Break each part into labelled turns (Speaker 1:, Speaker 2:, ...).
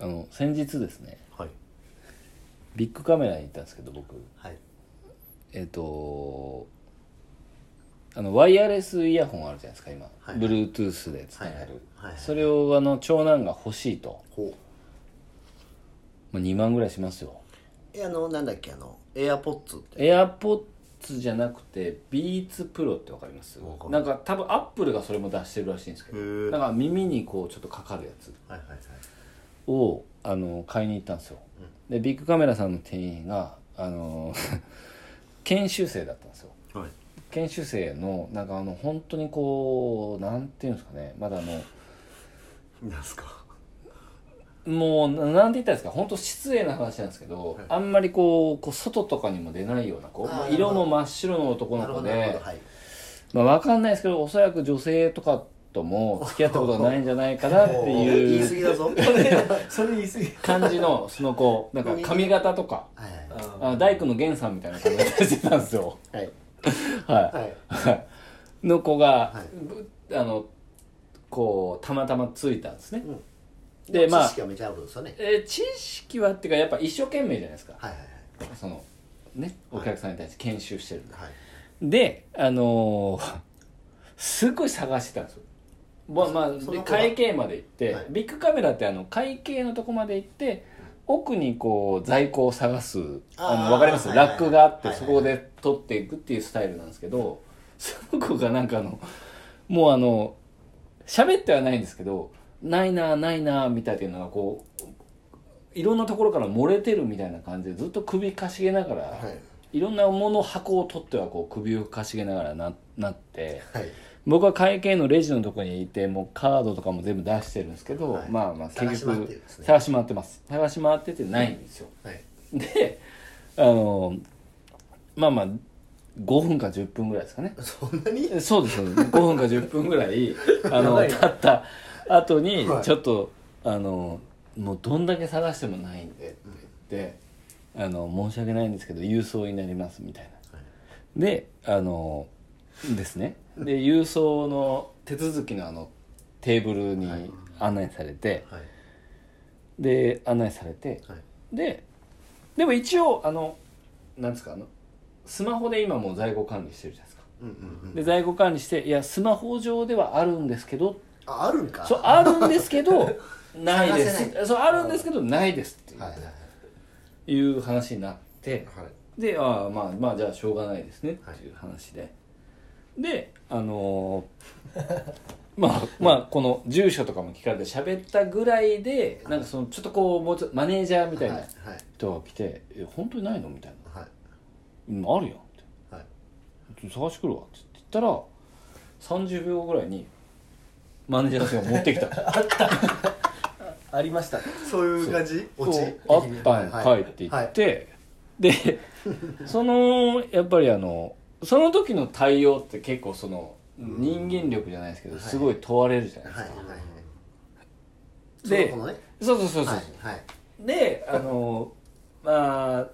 Speaker 1: あの先日ですね
Speaker 2: はい
Speaker 1: ビッグカメラに行ったんですけど僕
Speaker 2: はい
Speaker 1: えっ、とあのワイヤレスイヤホンあるじゃないですか今、
Speaker 2: はい
Speaker 1: Bluetooth でつながる、
Speaker 2: はいはい
Speaker 1: それをあの長男が欲しいと、
Speaker 2: ほ
Speaker 1: まあ、2万ぐらいしますよ
Speaker 2: うえあのなんだっけあのエアポッツって
Speaker 1: エアポッツじゃなくてビーツプロってわかります
Speaker 2: わかんな
Speaker 1: ないんか多分アップルがそれも出してるらしいんですけ
Speaker 2: へ
Speaker 1: ど
Speaker 2: ー
Speaker 1: だから耳にこうちょっとかかるやつ
Speaker 2: はいはいはい
Speaker 1: をあの買いに行ったんですよ、でビッグカメラさんの店員があの 研修生だったんですよ
Speaker 2: はい
Speaker 1: 研修生のなんかあの本当にこうなんていうんですかねまだあの
Speaker 2: なんすか
Speaker 1: もうななんて言ったらいいんですか本当失礼な話なんですけど、
Speaker 2: はい
Speaker 1: あんまりこうこう外とかにも出ないような子
Speaker 2: あー
Speaker 1: まあ
Speaker 2: なるほど
Speaker 1: 色も真っ白の男の
Speaker 2: なるほ
Speaker 1: 子
Speaker 2: どなるほ
Speaker 1: で
Speaker 2: ど、はい
Speaker 1: まあ、わかんないですけどおそらく女性とかとも付き合ったことはないんじゃないかなって
Speaker 2: 言い過
Speaker 1: いう
Speaker 2: ぎだぞ
Speaker 3: それ言い過ぎ
Speaker 1: 感じ のその子なんか髪型とか。
Speaker 2: はい
Speaker 3: あ
Speaker 1: あ大工の源さんみたいな髪型してたんですよ
Speaker 2: はい
Speaker 1: は
Speaker 2: はい
Speaker 1: い、の子が、
Speaker 2: は
Speaker 1: あのこうたまたまついたんですね、
Speaker 2: い
Speaker 1: でまあ
Speaker 2: 知識はめちゃあるんですよね
Speaker 1: えー知識はっていうかやっぱ一生懸命じゃないですか、
Speaker 2: はいはい
Speaker 1: そのねお客さんに対して研修してるんで、
Speaker 2: はい
Speaker 1: であのーすごい探してたんですよまあまあ、
Speaker 2: そ
Speaker 1: で
Speaker 2: の子が
Speaker 1: 会計まで行って、
Speaker 2: はい
Speaker 1: ビッグカメラってあの会計のとこまで行って奥にこう在庫を探すあ
Speaker 2: あー
Speaker 1: のわかります、
Speaker 2: はいはいはい
Speaker 1: ラックがあって、
Speaker 2: はいはい
Speaker 1: そこで取っていくっていうスタイルなんですけどその子がなんかあのもうあの喋ってはないんですけどないなないなみたいなのがこういろんなところから漏れてるみたいな感じでずっと首かしげながら、
Speaker 2: はいはい
Speaker 1: いろんなもの箱を取ってはこう首をかしげながらななって
Speaker 2: はい
Speaker 1: 僕は会計のレジのとこにいてもうカードとかも全部出してるんですけど、
Speaker 2: はい
Speaker 1: まあまあ
Speaker 2: 探
Speaker 1: 結
Speaker 2: し回っ
Speaker 1: 局
Speaker 2: てるんですね
Speaker 1: 探し回ってます探し回っててないんですよ
Speaker 2: はい
Speaker 1: であのまあまあ5分か10分ぐらいですかね
Speaker 2: そんなに
Speaker 1: そうですよね5分か10分ぐらいあ
Speaker 2: や
Speaker 1: の
Speaker 2: ばいね
Speaker 1: 経った後に
Speaker 2: はい
Speaker 1: ちょっと、あのもうどんだけ探してもないんでって言って、あの申し訳ないんですけど郵送になりますみたいな
Speaker 2: はい
Speaker 1: であのですねで郵送の手続きのあのテーブルに案内されて、
Speaker 2: はい
Speaker 1: で案内されて
Speaker 2: はい
Speaker 1: ででも一応あのなんですかあのスマホで今もう在庫管理してるじゃないですか
Speaker 2: うんうんうん
Speaker 1: で在庫管理していやスマホ上ではあるんですけど
Speaker 2: ああるんか
Speaker 1: そうあるんですけ どないで
Speaker 2: 探せな
Speaker 1: すそうあるんですけどないですっていう,、
Speaker 2: はいはい
Speaker 1: い、う話になって
Speaker 2: はい
Speaker 1: でああまあまあじゃあしょうがないですねっていう話で、であのーまあまあこの住所とかも聞かれて喋ったぐらいでなんかそのちょっとこうもうちょっとマネージャーみたい
Speaker 2: は
Speaker 1: ない
Speaker 2: はい
Speaker 1: 人が来て「え本当にないの?」みたいな
Speaker 2: はい
Speaker 1: 「うんあるよ」って
Speaker 2: はい
Speaker 1: ちょっと探してくるわって言ったら30秒後ぐらいにマネージャーの人が持ってきた
Speaker 3: ありました
Speaker 2: そういう感じ
Speaker 1: そ
Speaker 2: 落ち
Speaker 1: うあったんかいって言
Speaker 2: は
Speaker 1: って、でそのやっぱりあのその時の対応って結構その人間力じゃないですけど
Speaker 2: はい
Speaker 1: すごい問われるじゃないです
Speaker 2: はい
Speaker 1: か、
Speaker 2: はいはい
Speaker 1: で
Speaker 2: その子のね
Speaker 1: そうそうそうそう、
Speaker 2: はいはい
Speaker 1: であのまあ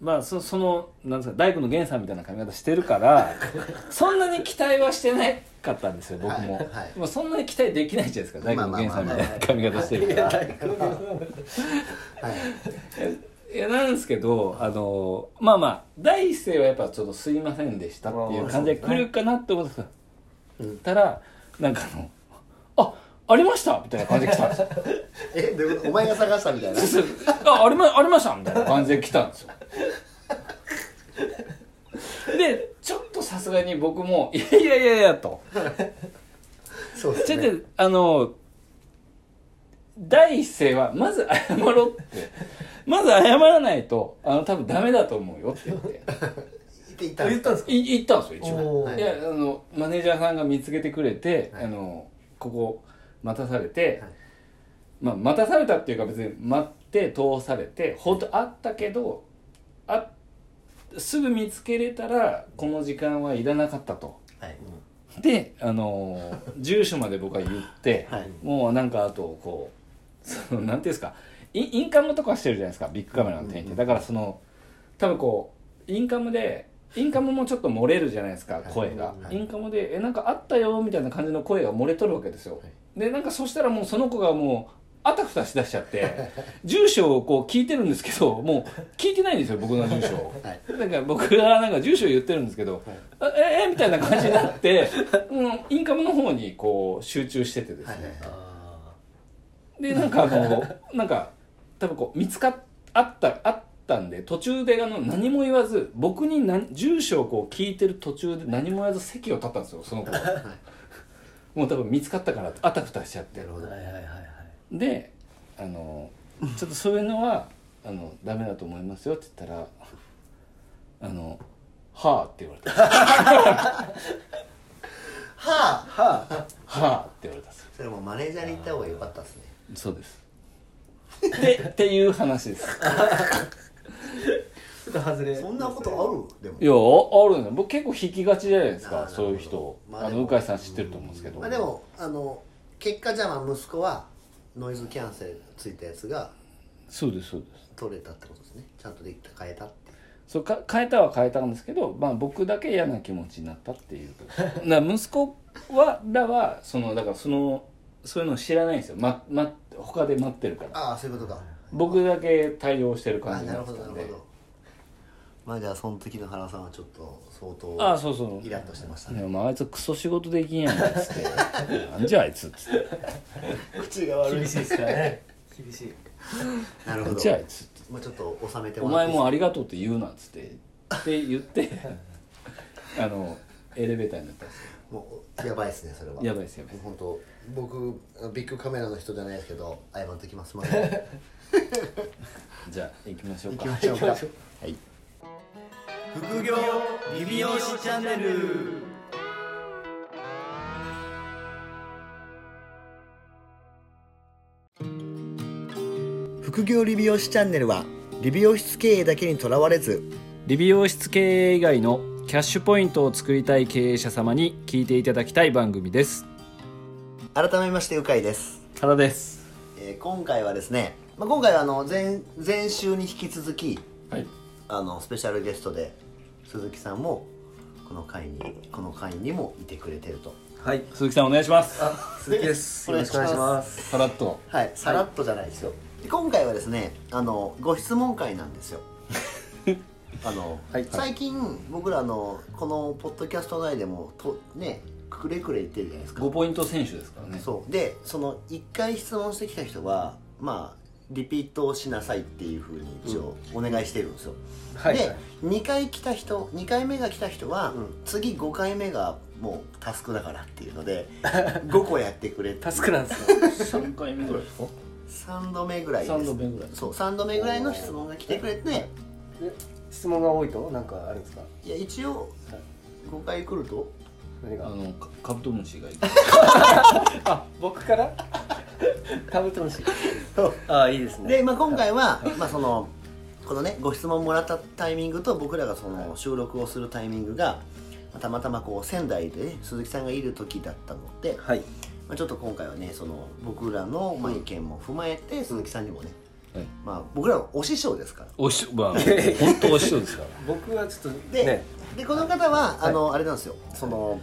Speaker 1: まあそそのなんですか大工の源さんみたいな髪型してるから そんなに期待はしてなかったんですよ僕も、
Speaker 2: はいはい
Speaker 1: まあ、そんなに期待できないじゃないですか大工の源さんみたいな髪型してるから、
Speaker 2: はい
Speaker 1: いやなんですけどあのまあまあ第一声はやっぱちょっとすいませんでしたっていう感じで来るかなって思って
Speaker 2: うん
Speaker 1: たらなんかあの「あありました!」みたいな感じで来たんですよ
Speaker 2: えどういうことお前が探したみたいな
Speaker 1: そう あありまありましたみたいな感じで来たんですよでちょっとさすがに僕も「いやいやいやいや」と
Speaker 2: そうで
Speaker 1: ち
Speaker 2: す
Speaker 1: ょっ
Speaker 2: ね
Speaker 1: とあの第一声はまず謝ろうってまず謝らないとあの多分ダメだと思うよって言って
Speaker 2: って言ったんで
Speaker 3: 言っ
Speaker 2: す
Speaker 3: たんですか
Speaker 1: い行ったんですよ一応
Speaker 3: お
Speaker 2: はい
Speaker 1: いやあのマネージャーさんが見つけてくれて、
Speaker 2: はい
Speaker 1: あのここ待たされて、
Speaker 2: はい
Speaker 1: まあ、待たされたっていうか別に待って通されて本当あったけどあすぐ見つけれたらこの時間はいらなかったと
Speaker 2: はい
Speaker 1: であの住所まで僕は言って、
Speaker 2: はい
Speaker 1: もうなんかあとこうそのなんていうんですかインインカムとかしてるじゃないですかビッグカメラの店員って、
Speaker 2: うんうん
Speaker 1: だからその多分こうインカムでインカムもちょっと漏れるじゃないですか
Speaker 2: はい
Speaker 1: 声が、
Speaker 2: はい
Speaker 1: インカムで「えなんかあったよ」みたいな感じの声が漏れとるわけですよ、
Speaker 2: はい
Speaker 1: でなんかそしたらもうその子がもうあたふたしだしちゃって 住所をこう聞いてるんですけどもう聞いてないんですよ僕の住所を、
Speaker 2: はい
Speaker 1: なんか僕がなんか住所言ってるんですけど「あええみたいな感じになって、うん、インカムの方にこう集中しててですね、
Speaker 2: はいはい
Speaker 3: あ
Speaker 1: でなんかあのなんか多分こう見つかっあったあったんで途中であの何も言わず僕に何住所をこう聞いてる途中で何も言わず席を立ったんですよその子もう多分見つかったからあたふたしちゃって
Speaker 2: なるほ
Speaker 3: ー
Speaker 2: ど
Speaker 3: はいはいはいはい
Speaker 1: であのちょっとそういうのはあのダメだと思いますよって言ったら「あのはあ」って言われた「
Speaker 2: はあ
Speaker 3: はあ
Speaker 1: はあ」って言われたんですよ
Speaker 2: それもうマネージャーに行った方が良かったですね
Speaker 1: そうですでっていう話です
Speaker 3: ちょっと外れ
Speaker 2: そんなことあるでも
Speaker 1: いやああるね僕結構引きがちじゃないです
Speaker 2: あーな
Speaker 1: か
Speaker 2: るほど
Speaker 1: そういう人、
Speaker 2: ま
Speaker 1: あ
Speaker 2: あ、で
Speaker 1: の
Speaker 2: も
Speaker 1: 鵜飼さん知ってると思うんですけど
Speaker 2: まあでもあの結果じゃあまあ息子はノイズキャンセルついたやつが
Speaker 1: そうですそうです
Speaker 2: 取れたってことですねちゃんとできた変えたっていう
Speaker 1: そうか変えたは変えたんですけど、まあ、僕だけ嫌な気持ちになったって いうな息子はらはそのだからそのそういうの知らないんですよ、まま、他で待ってるから
Speaker 2: ああそういうことか
Speaker 1: 僕だけ対応してる
Speaker 2: あ
Speaker 1: 感
Speaker 2: あ
Speaker 1: じに
Speaker 2: な
Speaker 1: な
Speaker 2: る
Speaker 1: っ
Speaker 2: ほ
Speaker 1: て
Speaker 2: ど
Speaker 1: た
Speaker 2: なんる
Speaker 1: で
Speaker 2: ほどまあじゃあその時の原さんはちょっと相
Speaker 1: ああ
Speaker 2: 当
Speaker 1: そうそう
Speaker 2: イラッとしてました
Speaker 1: い
Speaker 2: ね
Speaker 1: やまあ、あいつクソ仕事できんやんかっつ って「なんじゃあいつ」っつって
Speaker 2: 口が
Speaker 3: 厳しいですからね厳しい
Speaker 1: 「
Speaker 2: なる
Speaker 1: な
Speaker 2: ほ
Speaker 1: ん
Speaker 2: ど
Speaker 1: じゃあいつ」って
Speaker 2: もうちょっと収めて
Speaker 1: お
Speaker 2: もら
Speaker 1: 前
Speaker 2: っていい
Speaker 1: もうありがとうって言うなっつってって言って あのエレベーターになったんですよ
Speaker 2: もうやばいですねそれは
Speaker 1: やばいですやばいで
Speaker 2: 本当僕ビッグカメラの人じゃないですけど謝っときますすいま せん
Speaker 1: すじゃあ行きましょう
Speaker 2: 行
Speaker 1: か
Speaker 2: きましょうか
Speaker 1: 行き
Speaker 2: はい
Speaker 3: 副業リビオシチャンネル
Speaker 2: 副業理美容師チャンネルは理美容室経営だけにとらわれず
Speaker 1: 理美容室経営以外のキャッシュポイントを作りたい経営者様に聞いていただきたい番組です
Speaker 2: 改めましてうかいです、
Speaker 1: 原です
Speaker 2: えー今回はですね、まあ、今回はあの前前週に引き続き
Speaker 1: はい
Speaker 2: あのスペシャルゲストで鈴木さんもこの回にこの回にもいてくれてると
Speaker 3: はい
Speaker 1: 鈴木さんお願いします
Speaker 3: 鈴木で す
Speaker 2: お
Speaker 3: よ
Speaker 2: 願
Speaker 3: ろ
Speaker 2: い
Speaker 3: し
Speaker 2: し
Speaker 3: くお願いしま
Speaker 2: ます
Speaker 1: さらっと
Speaker 2: はいさらっとじゃないですよ、で今回はですねあのご質問会なん ですよあの、
Speaker 3: はい
Speaker 2: 最近僕らのこのポッドキャスト内でもとねくれくれ言ってるじゃないですか
Speaker 1: 5ポイント選手ですからね
Speaker 2: そうでその1回質問してきた人はまあリピートをしなさいっていうふうに一応お願いしてるんですよ、
Speaker 3: はい
Speaker 2: で2回来た人2回目が来た人は、
Speaker 3: うん
Speaker 2: 次5回目がもうタスクだからっていうの で5個やってくれた
Speaker 3: タスクなんですね
Speaker 1: 3回目ぐらいですか
Speaker 2: 3度目ぐらいです
Speaker 1: 3度目ぐらい
Speaker 2: そう3度目ぐらいの質問が来てくれて
Speaker 3: で 質問が多いとなんかあるんですか
Speaker 2: いや一応
Speaker 3: はい
Speaker 2: 5回来ると
Speaker 3: 何
Speaker 1: あ
Speaker 3: が
Speaker 1: のかカブトムシがいる
Speaker 3: あ僕からカブトムシああいいですね
Speaker 2: で、まあ、今回は、まあ、そのこのねご質問もらったタイミングと僕らがその収録をするタイミングがまあたまたまこう仙台で、ね、鈴木さんがいる時だったので、
Speaker 3: はい
Speaker 2: まあ、ちょっと今回はねその僕らのまあ意見も踏まえて鈴木さんにもね、
Speaker 1: はい
Speaker 2: まあ、僕らはお師匠ですから。
Speaker 1: おし まあ本当お師匠ですから
Speaker 3: 僕はちょっと
Speaker 2: で,、
Speaker 3: ね
Speaker 2: でこの方はあの、あれなんですよその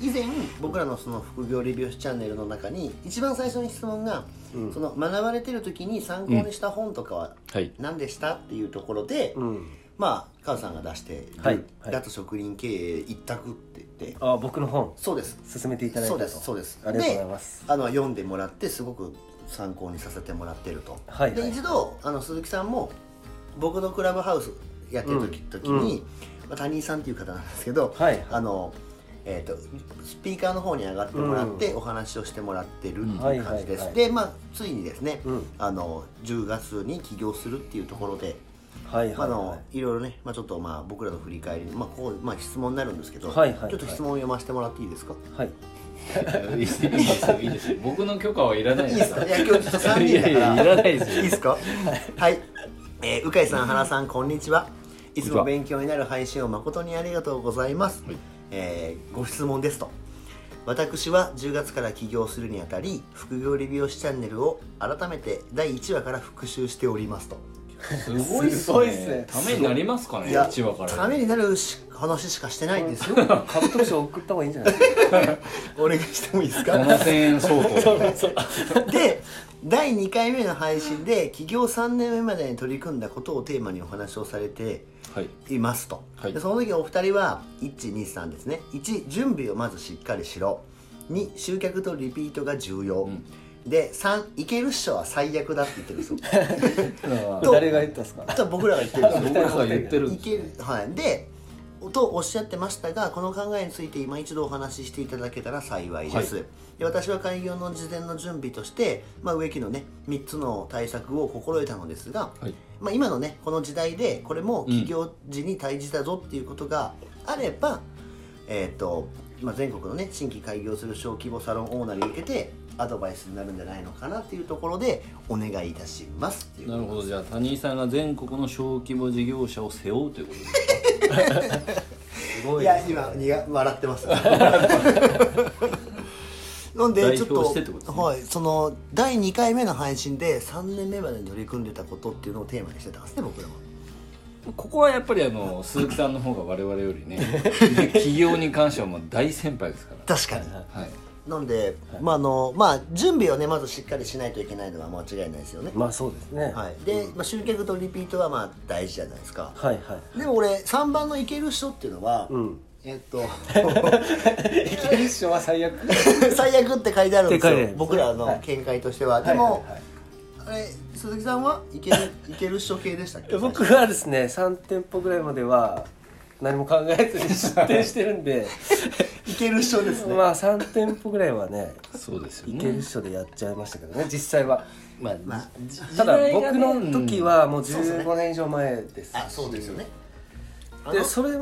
Speaker 2: 以前僕らのその副業レビューチャンネルの中に一番最初に質問が、
Speaker 3: うん
Speaker 2: その学ばれてる時に参考にした本とかは
Speaker 1: はい
Speaker 2: 何でしたっていうところで、
Speaker 3: うん
Speaker 2: まあカズさんが出して「
Speaker 3: はい
Speaker 2: ル
Speaker 3: はい
Speaker 2: だと職人経営一択」って言って
Speaker 3: あ僕の本
Speaker 2: そうです
Speaker 3: 進めていただいた
Speaker 2: そ
Speaker 3: と
Speaker 2: うですそうです
Speaker 3: ありがとうございます
Speaker 2: であの読んでもらってすごく参考にさせてもらってると、
Speaker 3: はいは
Speaker 2: で
Speaker 3: い
Speaker 2: 一度あの鈴木さんも僕のクラブハウスやってる時,、
Speaker 3: うん
Speaker 2: 時に、まあ、谷井さんっていう方なんですけど、
Speaker 3: はい
Speaker 2: あのえー、とスピーカーの方に上がってもらって、お話をしてもらってるっていう感じです、
Speaker 3: はいはいはい
Speaker 2: でまあついにですね、
Speaker 3: うん
Speaker 2: あの10月に起業するっていうところで
Speaker 3: はい
Speaker 2: まああ
Speaker 3: はい
Speaker 2: の
Speaker 3: はい
Speaker 2: ろいろね、まあ、ちょっとまあ僕らの振り返り、まあ、ここ、まあ、質問になるんですけど、
Speaker 3: はいはいはい
Speaker 2: ちょっと質問を読ませてもらっていいですか
Speaker 3: いはい
Speaker 1: いいですよいいですよ僕の許可はいらない
Speaker 2: い
Speaker 1: で
Speaker 2: い
Speaker 1: す
Speaker 2: ですかいや今日ちょっと3人だか
Speaker 1: い
Speaker 2: ら
Speaker 1: やいやいらないですよ
Speaker 2: いですかはい、えー、うかいさん原さんこんにちはいつも勉強になる配信を誠にありがとうございます、えーご質問ですと私は10月から起業するにあたり副業レビュー師チャンネルを改めて第1話から復習しておりますと
Speaker 1: すごいっ
Speaker 3: す
Speaker 1: す
Speaker 3: ごい
Speaker 1: ね
Speaker 3: っすね
Speaker 1: ためになりますかね
Speaker 2: や
Speaker 1: 一話から
Speaker 2: ためになるし話しかしてないん ですよ
Speaker 3: カブトムシを送った方がい いんじゃないですか
Speaker 2: お願いしてもいいですか
Speaker 1: 7000円相当
Speaker 2: で第2回目の配信で起業3年目までに取り組んだことをテーマにお話をされて
Speaker 1: はい
Speaker 2: いますと、
Speaker 1: はい
Speaker 2: でその時お二人は123ですね1準備をまずしっかりしろ2集客とリピートが重要、
Speaker 1: ん
Speaker 2: で3いける人は最悪だって言ってるんですよ と
Speaker 3: 誰が言ったんですか
Speaker 2: あとは僕らが言ってるんですよ
Speaker 1: 僕らが言ってるん
Speaker 2: い
Speaker 1: です
Speaker 2: けるはいでとおっしゃってましたがこの考えについて今一度お話ししていただけたら幸いです、
Speaker 1: は
Speaker 2: で私は開業の事前の準備として、まあ、植木のね3つの対策を心得たのですが、
Speaker 1: はい
Speaker 2: まあ、今のねこの時代でこれも起業時に対じたぞっていうことがあれば、えっ、と、まあ、全国のね新規開業する小規模サロンオーナーに向けてアドバイスになるんじゃないのかなっていうところでお願いいたしますっていう
Speaker 1: なるほどじゃあ谷井さんが全国の小規模事業者を背負うということですね
Speaker 3: すご
Speaker 2: い
Speaker 3: い
Speaker 2: や
Speaker 3: ですね
Speaker 2: 今にが笑って ます。なんで
Speaker 1: 代
Speaker 2: ちょっ
Speaker 1: 表
Speaker 2: と
Speaker 1: してってことですね
Speaker 2: はいその第2回目の配信で3年目までに取り組んでたことっていうのをテーマにしてたんですね僕らは。
Speaker 1: ここはやっぱりあの鈴木さんの方が我々よりね企業に関してはもう大先輩ですか
Speaker 2: 確かに。
Speaker 1: らはい
Speaker 2: なんで、まああのまあ準備をねまずしっかりしないといけないのは間違いないですよね。
Speaker 3: まあそうですね
Speaker 2: はい。で、まあ集客とリピートはまあ大事じゃないですか。
Speaker 3: はいはい
Speaker 2: でも俺3番のいける人っていうのは、えっと
Speaker 3: いきなり一緒は最悪
Speaker 2: 最悪って書いてあるんです
Speaker 3: って書いてあるんで
Speaker 2: よ
Speaker 3: す。ね
Speaker 2: 僕らの見解としては。でも。
Speaker 3: はいはいはい
Speaker 2: あれ鈴木さんはい けるいける人系でしたっけ
Speaker 3: 僕はですね3店舗ぐらいまでは何も考えずに出店してるんで
Speaker 2: いける人ですね、
Speaker 3: まあ3店舗ぐらいはね
Speaker 1: そうですよ
Speaker 3: いける
Speaker 1: ね
Speaker 3: 人でやっちゃいましたけどね実際は
Speaker 1: まあ、
Speaker 2: まあ
Speaker 3: ただ
Speaker 1: 時代が
Speaker 3: 僕
Speaker 1: ね
Speaker 3: の時はもう
Speaker 2: そうですね
Speaker 3: 15年以上前ですし
Speaker 2: あそうですよねあの
Speaker 3: でそれ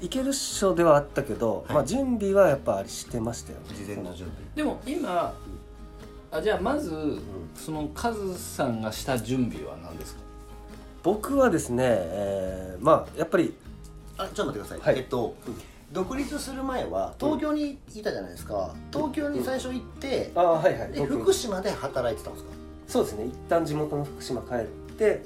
Speaker 3: いけるっしょではあったけど、まあ準備はやっぱしてましたよ
Speaker 2: 事前の準備
Speaker 1: でも今あじゃあまず、そのカズさんがした準備は何ですか
Speaker 3: 僕はですね、えーまあやっぱり
Speaker 2: あちょっと待ってください、
Speaker 3: はい
Speaker 2: えっと、独立する前は東京にいたじゃないですか東京に最初行って、
Speaker 3: あはいはい
Speaker 2: で
Speaker 3: 僕
Speaker 2: 福島で働いてたんですか
Speaker 3: そうですね一旦地元の福島帰って、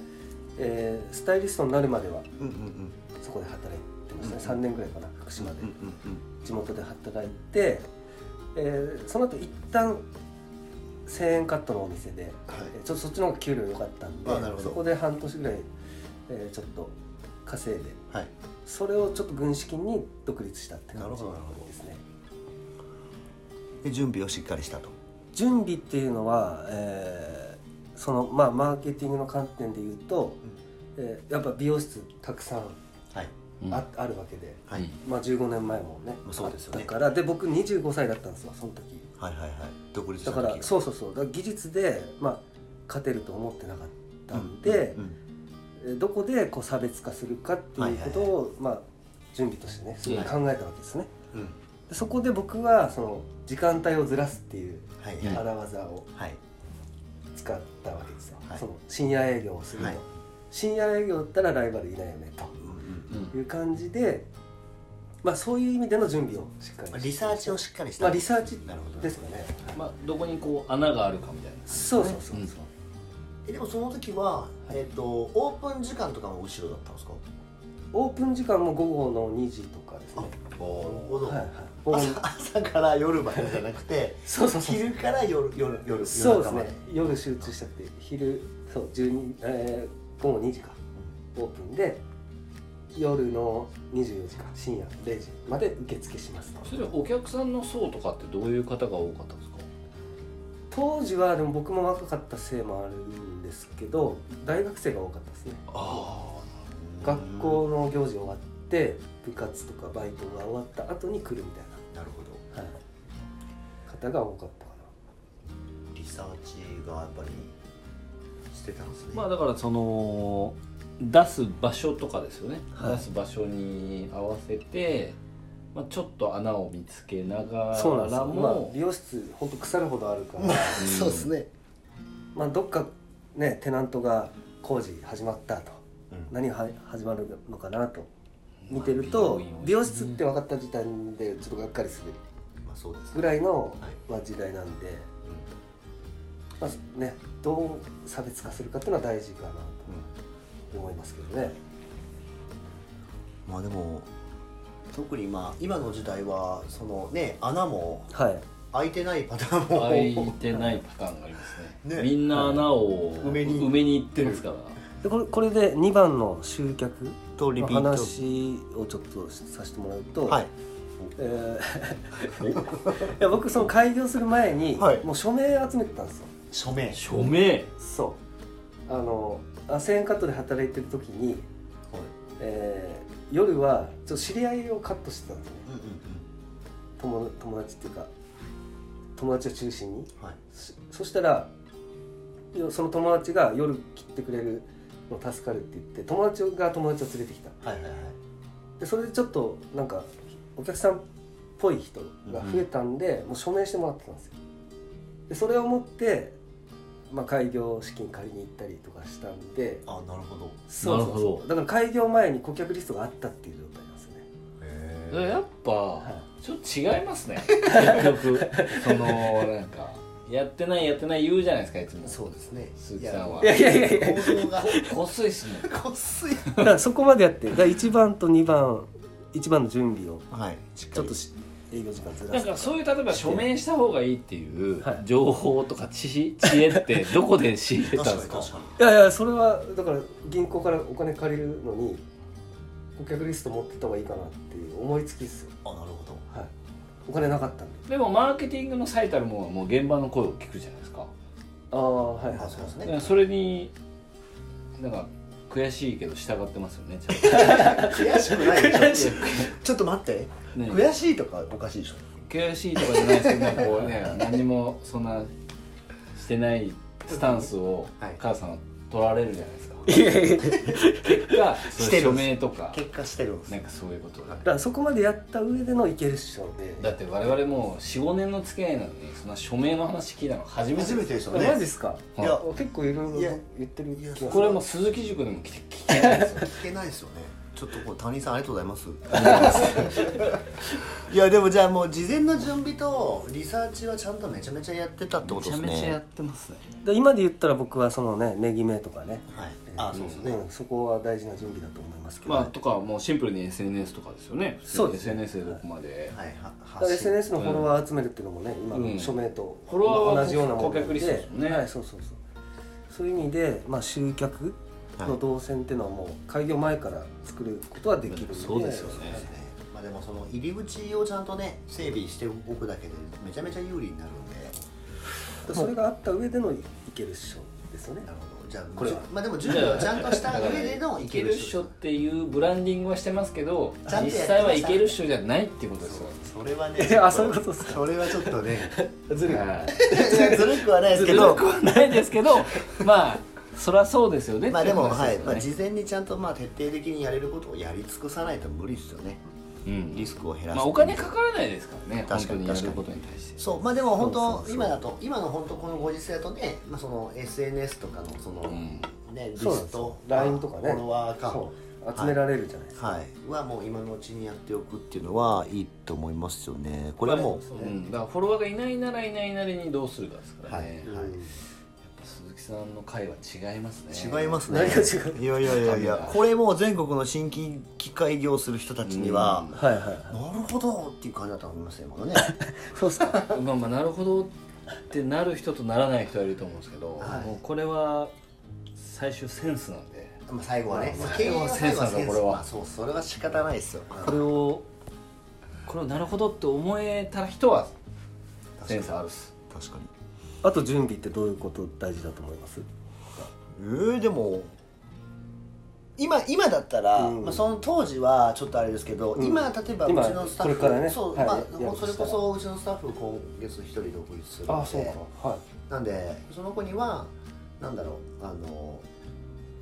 Speaker 3: えースタイリストになるまでは
Speaker 2: うんうんうん
Speaker 3: そこで働いてましたね、3年ぐらいかな福島で、
Speaker 2: うん
Speaker 3: 地元で働いて、えーその後一旦1000円カットのお店で、
Speaker 2: はい
Speaker 3: えーちょっとそっちの方が給料良かったんで
Speaker 2: あなるほど
Speaker 3: そこで半年ぐらい、えーちょっと稼いで
Speaker 2: はい
Speaker 3: それをちょっと軍資金に独立したって感じ
Speaker 2: なるほど
Speaker 3: ですね
Speaker 2: で準備をしっかりしたと
Speaker 3: 準備っていうのは、えーそのまあマーケティングの観点で言うと、えーやっぱ美容室たくさんあ,、
Speaker 2: はい
Speaker 1: うん
Speaker 3: あるわけで、
Speaker 2: はい、
Speaker 1: うん
Speaker 3: まあ、15年前もね
Speaker 2: まあそうですよね
Speaker 3: あったからで僕25歳だったんですよその時
Speaker 2: はいはいはい独立し
Speaker 3: だ
Speaker 2: た
Speaker 3: か
Speaker 2: 時
Speaker 3: らそうそうそうだから技術で、まあ、勝てると思ってなかったんで、
Speaker 2: うんうん
Speaker 3: えーどこでこう差別化するかっていうことを、まあ、準備としてねすごい考えたわけですね、
Speaker 2: うんうん
Speaker 3: でそこで僕はその時間帯をずらすっていう
Speaker 2: はいはい
Speaker 3: 荒技を
Speaker 2: はい
Speaker 3: 使ったわけですよ、
Speaker 2: はい
Speaker 3: その深夜営業をすると、
Speaker 2: はい
Speaker 3: 深夜営業だったらライバルいないよね
Speaker 2: う
Speaker 3: と
Speaker 2: んうん
Speaker 1: うん
Speaker 3: いう感じでまあそういう意味での準備をしっかりし
Speaker 2: まあ
Speaker 3: て
Speaker 2: リサーチをしっかりした
Speaker 3: まあリサーチ
Speaker 2: なるほど
Speaker 3: ですかね
Speaker 1: まあ、どこにこう穴があるかみたいな
Speaker 3: そうそうそうそう、
Speaker 1: うん
Speaker 2: えでもその時は、えっとオープン時間とかも後ろだったんですか
Speaker 3: オープン時間も午後の2時とかですね
Speaker 2: お
Speaker 3: はいはい午後の
Speaker 2: 朝朝から夜までじゃなくて
Speaker 3: そうそうそう
Speaker 2: 昼から夜夜夜
Speaker 3: そうで
Speaker 2: 夜
Speaker 3: す
Speaker 2: 中ま
Speaker 3: ね夜集中したくて昼そう12、えー午後2時かオープンで夜の24時か深夜0時まで受付しますと
Speaker 1: それお客さんの層とかってどういう方が多かったんですか
Speaker 3: 当時はでも僕も若かったせいもあるんですけど大学生が多かったですね
Speaker 1: あ
Speaker 3: 学校の行事終わって部活とかバイトが終わった後に来るみた
Speaker 2: な
Speaker 3: い
Speaker 2: るほど
Speaker 3: な、はい、方が多かったか
Speaker 2: リサーチがやっぱりしてたんですね、
Speaker 1: まあだからその出す場所とかですよね、
Speaker 3: はい
Speaker 1: 出す場所に合わせて、まあ、ちょっと穴を見つけなが
Speaker 3: な
Speaker 1: ら
Speaker 3: そうなんですよ、まあ
Speaker 1: も、
Speaker 3: 美容室ほんと腐るほどあるから
Speaker 2: そうですね、
Speaker 3: まあどっかねテナントが工事始まったと
Speaker 2: うん
Speaker 3: 何がは始まるのかなと見てると美容室って分かった時点でちょっとがっかりする
Speaker 2: まあそうです
Speaker 3: ぐ
Speaker 2: ね
Speaker 3: らいの
Speaker 2: はい、
Speaker 3: まあ、時代なんで、まあね、どう差別化するかっていうのは大事かなと思いますけどね。
Speaker 2: まあでも特にまあ今の時代はそのね穴も
Speaker 3: はい、
Speaker 2: 空いてないパターンも
Speaker 1: 空いてないパターンがありますね
Speaker 2: ね
Speaker 1: みんな穴を埋
Speaker 2: 埋めに
Speaker 1: めに行ってますから
Speaker 3: でこれこれで2番の集客
Speaker 2: とリ
Speaker 3: の
Speaker 2: ピート
Speaker 3: 話をちょっとさせてもらうと、
Speaker 2: はい
Speaker 3: えー いや僕その開業する前に、
Speaker 2: はい
Speaker 3: もう署名集めてたんですよ
Speaker 2: 署名
Speaker 1: 署名
Speaker 3: そうあのアセンカットで働いてる時に、えー夜はちょっと知り合いをカットしてたんですね
Speaker 2: うんうん
Speaker 3: 友友達っていうか友達を中心に
Speaker 2: うんはい
Speaker 3: そそしたらよその友達が夜切ってくれるの助かるって言って友達が友達を連れてきた
Speaker 2: はいはいはい
Speaker 3: でそれでちょっとなんかお客さんっぽい人が増えたんで、もう署名してもらってたんですよでそれを持って、まあ、開業資金借りに行ったりとかしたんで
Speaker 2: あなるほどへ
Speaker 3: そうそう
Speaker 1: なるほ
Speaker 3: そうだから開業前に顧客リストがあったっていう状態なんですよね
Speaker 2: え
Speaker 1: やっぱ、
Speaker 3: は
Speaker 1: ちょっと違いますね結局そのなんかやってないやってない言うじゃないですかいつも
Speaker 2: そうですね
Speaker 1: 鈴木さんはい
Speaker 2: や
Speaker 3: いやいやいやいや
Speaker 2: 行動が
Speaker 1: こっそりっすね
Speaker 2: こっすい
Speaker 3: だからそこまでやってだから1番と2番1番の準備を
Speaker 2: はい
Speaker 3: ちょっとし営業時間ずら
Speaker 1: だ
Speaker 3: す
Speaker 1: からそういう例えば署名した方がいいっていう
Speaker 3: はい
Speaker 1: 情報とか知識知恵 ってどこで仕入れ
Speaker 2: 確
Speaker 1: た
Speaker 2: か
Speaker 1: んで
Speaker 2: に
Speaker 1: す
Speaker 2: 確
Speaker 1: か
Speaker 2: か
Speaker 3: いやいやそれはだから銀行からお金借りるのに顧客リスト持ってった方がいいかなっていう思いつきですよ
Speaker 2: にあなるほど
Speaker 3: はいお金なかったんで
Speaker 1: でもマーケティングの最たるものはもう現場の声を聞くじゃないですか
Speaker 3: ああはいはい
Speaker 2: あそうです
Speaker 1: だから
Speaker 2: ね
Speaker 1: それになんか悔しいけど従ってますよねちゃん
Speaker 2: 悔しくないでしょ
Speaker 1: 悔し
Speaker 2: ちょっと待って
Speaker 1: とね
Speaker 2: 悔しいとかおかしいでしょ
Speaker 1: 悔しいとかじゃないですけどなんかこうね何もそんなしてないスタンスを
Speaker 2: はい
Speaker 1: 母さんは取られるじゃないですか
Speaker 3: いやいやいや だ
Speaker 1: 結果
Speaker 2: し
Speaker 1: そ
Speaker 2: て
Speaker 1: う
Speaker 2: る
Speaker 1: 署名とか
Speaker 2: 結果してるんです
Speaker 1: なんかそういうことだ
Speaker 3: からそこまでやった上でのいけるっしょで
Speaker 1: だって我々もう45年の付き合いなのにそんな署名の話聞いたの初めて
Speaker 2: 初めてでしょ
Speaker 3: マジ
Speaker 2: ね
Speaker 3: ですか
Speaker 2: いや
Speaker 3: 結構いろいろ
Speaker 2: いや
Speaker 3: 言ってる気がす
Speaker 2: い
Speaker 3: る
Speaker 2: や
Speaker 1: これもう鈴木塾でも聞け聞けないですよ
Speaker 2: 聞けないですよねちょっとこう谷さんありがとうござい ますいやでもじゃあもう事前の準備とリサーチはちゃんとめちゃめちゃやってたってことですね
Speaker 1: ってますね
Speaker 3: で今で言ったら僕はそのねネギ目とかね
Speaker 2: はいあそうですね、
Speaker 3: んそこは大事な準備だと思いますけど、
Speaker 1: まあとかもうシンプルに SNS とかですよね
Speaker 3: そうです
Speaker 1: SNS でどこまで、
Speaker 2: はいは
Speaker 3: だから
Speaker 2: 発信
Speaker 3: SNS のフォロワー集めるっていうのもね、今
Speaker 1: うん
Speaker 3: の署名と
Speaker 1: フォロワーは
Speaker 3: 同じようなもの
Speaker 1: 顧客リストですもんね
Speaker 3: はいそうそうそうそういう意味で、まあ、集客
Speaker 2: は
Speaker 3: の
Speaker 2: い
Speaker 3: 動線っていうのはもう開業前から作ることはできるんで
Speaker 1: そうですよね
Speaker 2: まあでもその入り口をちゃんとね整備しておくだけでめちゃめちゃ有利になるんで
Speaker 3: それがあった上でのいけるっしょですよね
Speaker 2: なるほどじゃあ
Speaker 3: これは
Speaker 2: まあでも準備をちゃんとした上での
Speaker 1: い
Speaker 2: い
Speaker 1: け
Speaker 2: け
Speaker 1: る
Speaker 2: る
Speaker 1: っしょ
Speaker 2: 人
Speaker 1: っていうブランディングはしてますけど
Speaker 2: ちゃんとやってま
Speaker 1: 実
Speaker 2: した
Speaker 1: 際はいけるっしょじゃないってことですよ
Speaker 2: それはね
Speaker 3: えあそういうことですか
Speaker 2: それはちょっとね
Speaker 3: ずるい
Speaker 1: はい
Speaker 2: ずるくはないです
Speaker 1: ず
Speaker 2: け
Speaker 1: る
Speaker 2: ど
Speaker 1: くはないですけどまあそりゃそうですよね
Speaker 2: まあでも、はいま
Speaker 1: ま
Speaker 2: あ、事前にちゃんとまあ徹底的にやれることをやり尽くさないと無理ですよねリスクを減らす、
Speaker 1: まあお金かからないですからね本
Speaker 2: 確
Speaker 1: 当
Speaker 2: かに
Speaker 1: にやることに対して
Speaker 2: そうまあでも本
Speaker 3: そうそう
Speaker 2: 当
Speaker 3: そう
Speaker 2: 今だと今の本当このご時世だとね、まあ、その SNS とかのその、
Speaker 1: うん
Speaker 2: ねリ
Speaker 3: そうなん
Speaker 2: ス
Speaker 3: ですよ
Speaker 2: ト
Speaker 3: LINE とかね
Speaker 2: フォロワーか
Speaker 3: そう集められるじゃないですか、
Speaker 2: はいはもう今のうちにやっておくっていうのはいいと思いますよねこれはも
Speaker 1: う、ん、だからフォロワーがいないならいないなりにどうするかですからね、
Speaker 2: は
Speaker 1: やっ
Speaker 2: い
Speaker 3: うん
Speaker 1: ぱ鈴木さんの回は違います
Speaker 2: う
Speaker 1: ね
Speaker 2: 違いますね
Speaker 3: 何が違う
Speaker 2: いやいやいやい
Speaker 1: 神
Speaker 2: や
Speaker 1: が
Speaker 2: これもう全国の新規機械業する人たちには、
Speaker 1: うん
Speaker 3: はいはいはい
Speaker 2: なるほどっていう感じだと思いますよ 今のね
Speaker 3: そうっすか
Speaker 1: まあまあなるほどってなる人とならない人はいると思うんですけど、
Speaker 2: はい
Speaker 1: もうこれは最終センスなんで
Speaker 2: まあ最後はね、まあ、
Speaker 1: 最
Speaker 2: 経営
Speaker 1: 後
Speaker 2: は
Speaker 1: はセン
Speaker 2: 最
Speaker 1: スな
Speaker 2: 後
Speaker 1: んだ
Speaker 2: はセンス
Speaker 1: これは
Speaker 2: まあそうそれは仕方ないですよ
Speaker 1: これをこれをなるほどって思えた人はセンスあるっす
Speaker 2: 確かに
Speaker 3: あと準備ってどういうこと大事だと思います
Speaker 2: えー、でも今今だったら、
Speaker 3: うん
Speaker 2: まあ、その当時はちょっとあれですけど、
Speaker 3: うん
Speaker 2: 今例えばう
Speaker 3: 今
Speaker 2: ちのスタッフ
Speaker 3: これからね
Speaker 2: そう、
Speaker 3: はい
Speaker 2: まあ
Speaker 3: やるとしたら
Speaker 2: それこそうちのスタッフ今月一人独立するので
Speaker 3: はい
Speaker 2: なんでその子にはなんだろうあの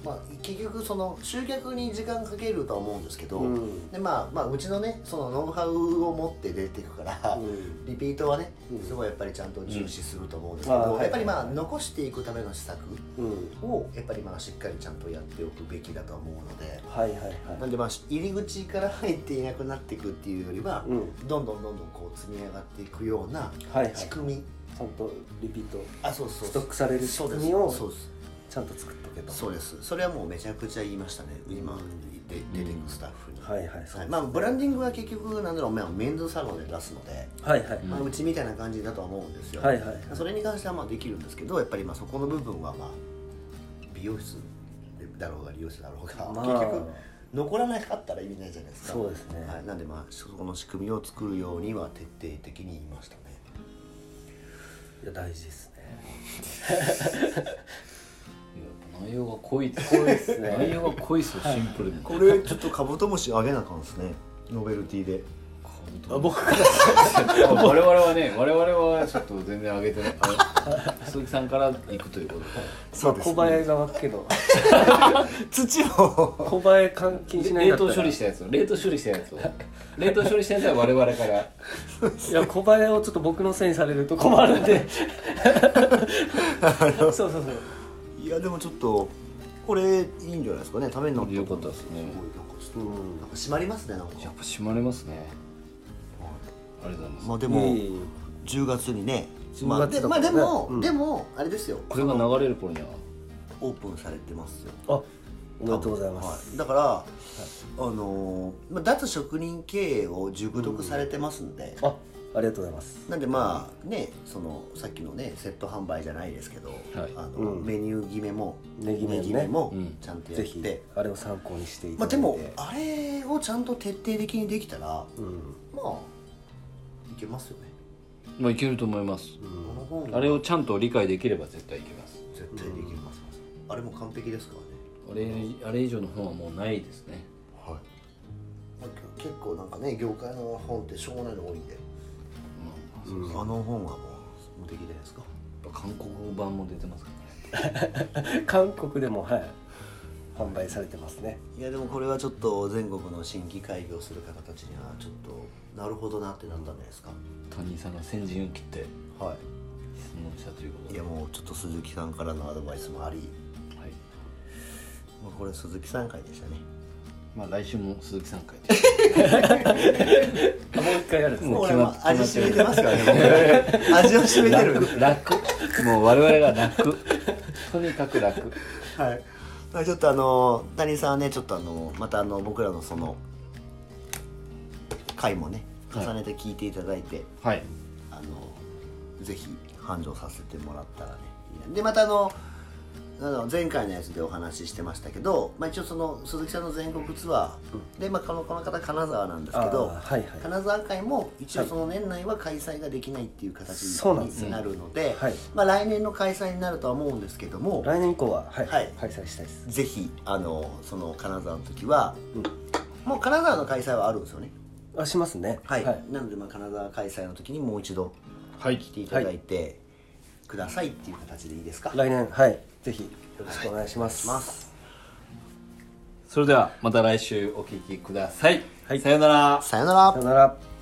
Speaker 2: まあ結局その集客に時間かけるとは思うんですけど、
Speaker 3: うん
Speaker 2: でまあまあうちのねそのノウハウを持って出ていくから、
Speaker 3: うん
Speaker 2: リピートはね
Speaker 3: うん
Speaker 2: すごいやっぱりちゃんと重視すると思うんですけど、
Speaker 3: うんあーはい
Speaker 2: やっぱりまあ残していくための施策、
Speaker 3: うん
Speaker 2: をやっぱりまあしっかりちゃんとやっておくべきだと思うので
Speaker 3: はいはいはい
Speaker 2: なんでまあ入り口から入っていなくなっていくっていうよりは、
Speaker 3: うん
Speaker 2: どんどんどんどんこう積み上がっていくような
Speaker 3: はいはい
Speaker 2: 仕組み、
Speaker 3: ちゃんとリピート
Speaker 2: あそうそう
Speaker 3: ストックされる仕組みを
Speaker 2: そうです
Speaker 3: ちゃんと作っとけと
Speaker 2: そうですそうですそれはもうめちゃくちゃ言いましたね今、
Speaker 3: うん
Speaker 2: で出てくスタッフに、
Speaker 3: はいはいそうです
Speaker 2: はいまあ、ブランディングは結局なんだろう、まあ、メンズサロンで出すので、
Speaker 3: はいはい、
Speaker 2: まあ、うちみたいな感じだとは思うんですよ、
Speaker 3: はいはい
Speaker 2: それに関してはまあできるんですけどやっぱりまあそこの部分はまあ美容室だろうが利用室だろうが、
Speaker 3: まあ
Speaker 2: 結局残らなかったら意味ないじゃないですか
Speaker 3: そうですね
Speaker 2: はい、なんでまあそこの仕組みを作るようには徹底的に言いましたね
Speaker 3: いや大事ですね
Speaker 1: やっぱ内容が濃い濃いですね内容が濃いっすよシンプルに、
Speaker 2: これちょっとカブトムシあげなあかんですねノベルティで
Speaker 1: あ僕から我々はね我々はちょっと全然上げてないあ鈴木さんから行くということで
Speaker 2: そう
Speaker 3: 小映えが湧くけど
Speaker 2: 土を
Speaker 3: 小映え換金しないん
Speaker 1: 冷
Speaker 3: だった
Speaker 1: 凍
Speaker 3: ら
Speaker 1: 処理したやつを冷凍処理したやつを冷凍処理したやつは我々から
Speaker 3: いや小映えをちょっと僕のせいにされると困るんでそうそうそう
Speaker 2: いやでもちょっとこれいいんじゃないですかねためになった
Speaker 1: よかったですね
Speaker 2: すごいなんかちょっとなんか締まりますねなんか
Speaker 1: やっぱ締まれますねありがとうございます、
Speaker 2: まあで
Speaker 3: で
Speaker 2: も10月にねまあ
Speaker 3: 10月
Speaker 2: で
Speaker 3: だ
Speaker 2: ま
Speaker 3: か
Speaker 2: あ
Speaker 3: ら
Speaker 2: で
Speaker 3: ね
Speaker 2: も、
Speaker 3: うん
Speaker 2: でもあれですよ
Speaker 1: これが流れる頃には
Speaker 2: オープンされてますよ
Speaker 3: あおめでとうございます、
Speaker 2: はいだから、あのーまあ、脱職人経営を熟読されてますんで、
Speaker 3: あありがとうございます
Speaker 2: なんでまあねそのさっきのねセット販売じゃないですけど、あの
Speaker 3: うん
Speaker 2: メニュー決めも
Speaker 3: ネギ麺ね
Speaker 2: も
Speaker 1: うん
Speaker 2: ちゃんとや
Speaker 3: ぜ
Speaker 2: って、
Speaker 3: ひあれを参考にしてい
Speaker 2: まあ
Speaker 3: ただ
Speaker 2: で
Speaker 3: いて
Speaker 2: もあれをちゃんと徹底的にできたら
Speaker 3: うん
Speaker 2: まあいけますよね
Speaker 1: まあいけると思います
Speaker 3: う
Speaker 2: この
Speaker 3: ん
Speaker 2: 本
Speaker 1: あれをちゃんと理解できれば絶対いけます
Speaker 2: 絶対できます、あれも完璧ですからね
Speaker 1: あれあれ以上の本はもうないですね
Speaker 2: はい結構なんかね業界の本ってしょうがないの多いんで、あの本はもう無敵じゃないですか
Speaker 1: やっぱ韓国語版も出てますからね
Speaker 3: 韓国でもはい販売されてますね
Speaker 2: いやでもこれはちょっと全国の新規開業する方たちにはちょっとなるほどなってなったんじゃないですか、
Speaker 1: 谷井さんが先陣を切って
Speaker 2: は
Speaker 1: 質問したということ
Speaker 2: い
Speaker 1: で
Speaker 2: やもうちょっと鈴木さんからのアドバイスもあり、
Speaker 1: はい
Speaker 2: まあ、これ鈴木さん回でしたね
Speaker 1: まあ来週も鈴木さん会で
Speaker 3: あもう一回やるんですね
Speaker 1: もう
Speaker 2: こ
Speaker 1: 決
Speaker 2: れ
Speaker 1: まっ
Speaker 2: は
Speaker 1: 決
Speaker 2: 味
Speaker 1: まって
Speaker 2: 染めて
Speaker 1: る
Speaker 2: ます からねもう味を占めて
Speaker 1: 楽
Speaker 2: る
Speaker 1: 楽もう我々が楽 とにかく楽
Speaker 2: はい、まあちょっとあの谷さんはねちょっとあのまたあの僕らのその回もね
Speaker 1: はい
Speaker 2: 重ねて聞いていただいて、
Speaker 1: はい
Speaker 2: あのぜひ繁盛させてもらったらねいいなでまたあのあの前回のやつでお話ししてましたけど、まあ、一応その鈴木さんの全国ツアーで、まあ、このこの方金沢なんですけど、
Speaker 3: あーはいはい
Speaker 2: 金沢会も一応その年内は開催ができないっていう形
Speaker 3: そうなんです
Speaker 2: になるので、
Speaker 3: はい
Speaker 2: まあ、来年の開催になるとは思うんですけども、
Speaker 3: 来年以降ははい、
Speaker 2: はい
Speaker 3: 開催したいです
Speaker 2: ぜひあのその金沢の時は、
Speaker 3: うん
Speaker 2: もう金沢の開催はあるんですよね
Speaker 3: あしますね
Speaker 2: はい、
Speaker 3: はい、
Speaker 2: なので、まあ、金沢開催の時にもう一度
Speaker 1: はい
Speaker 2: 来ていただいてくださいっていう形でいいですか、
Speaker 3: 来年はいぜひよろしくお願いします、
Speaker 2: ます
Speaker 1: それではまた来週お聞きください、
Speaker 3: はい
Speaker 1: さようなら
Speaker 2: さよなら
Speaker 3: さよなら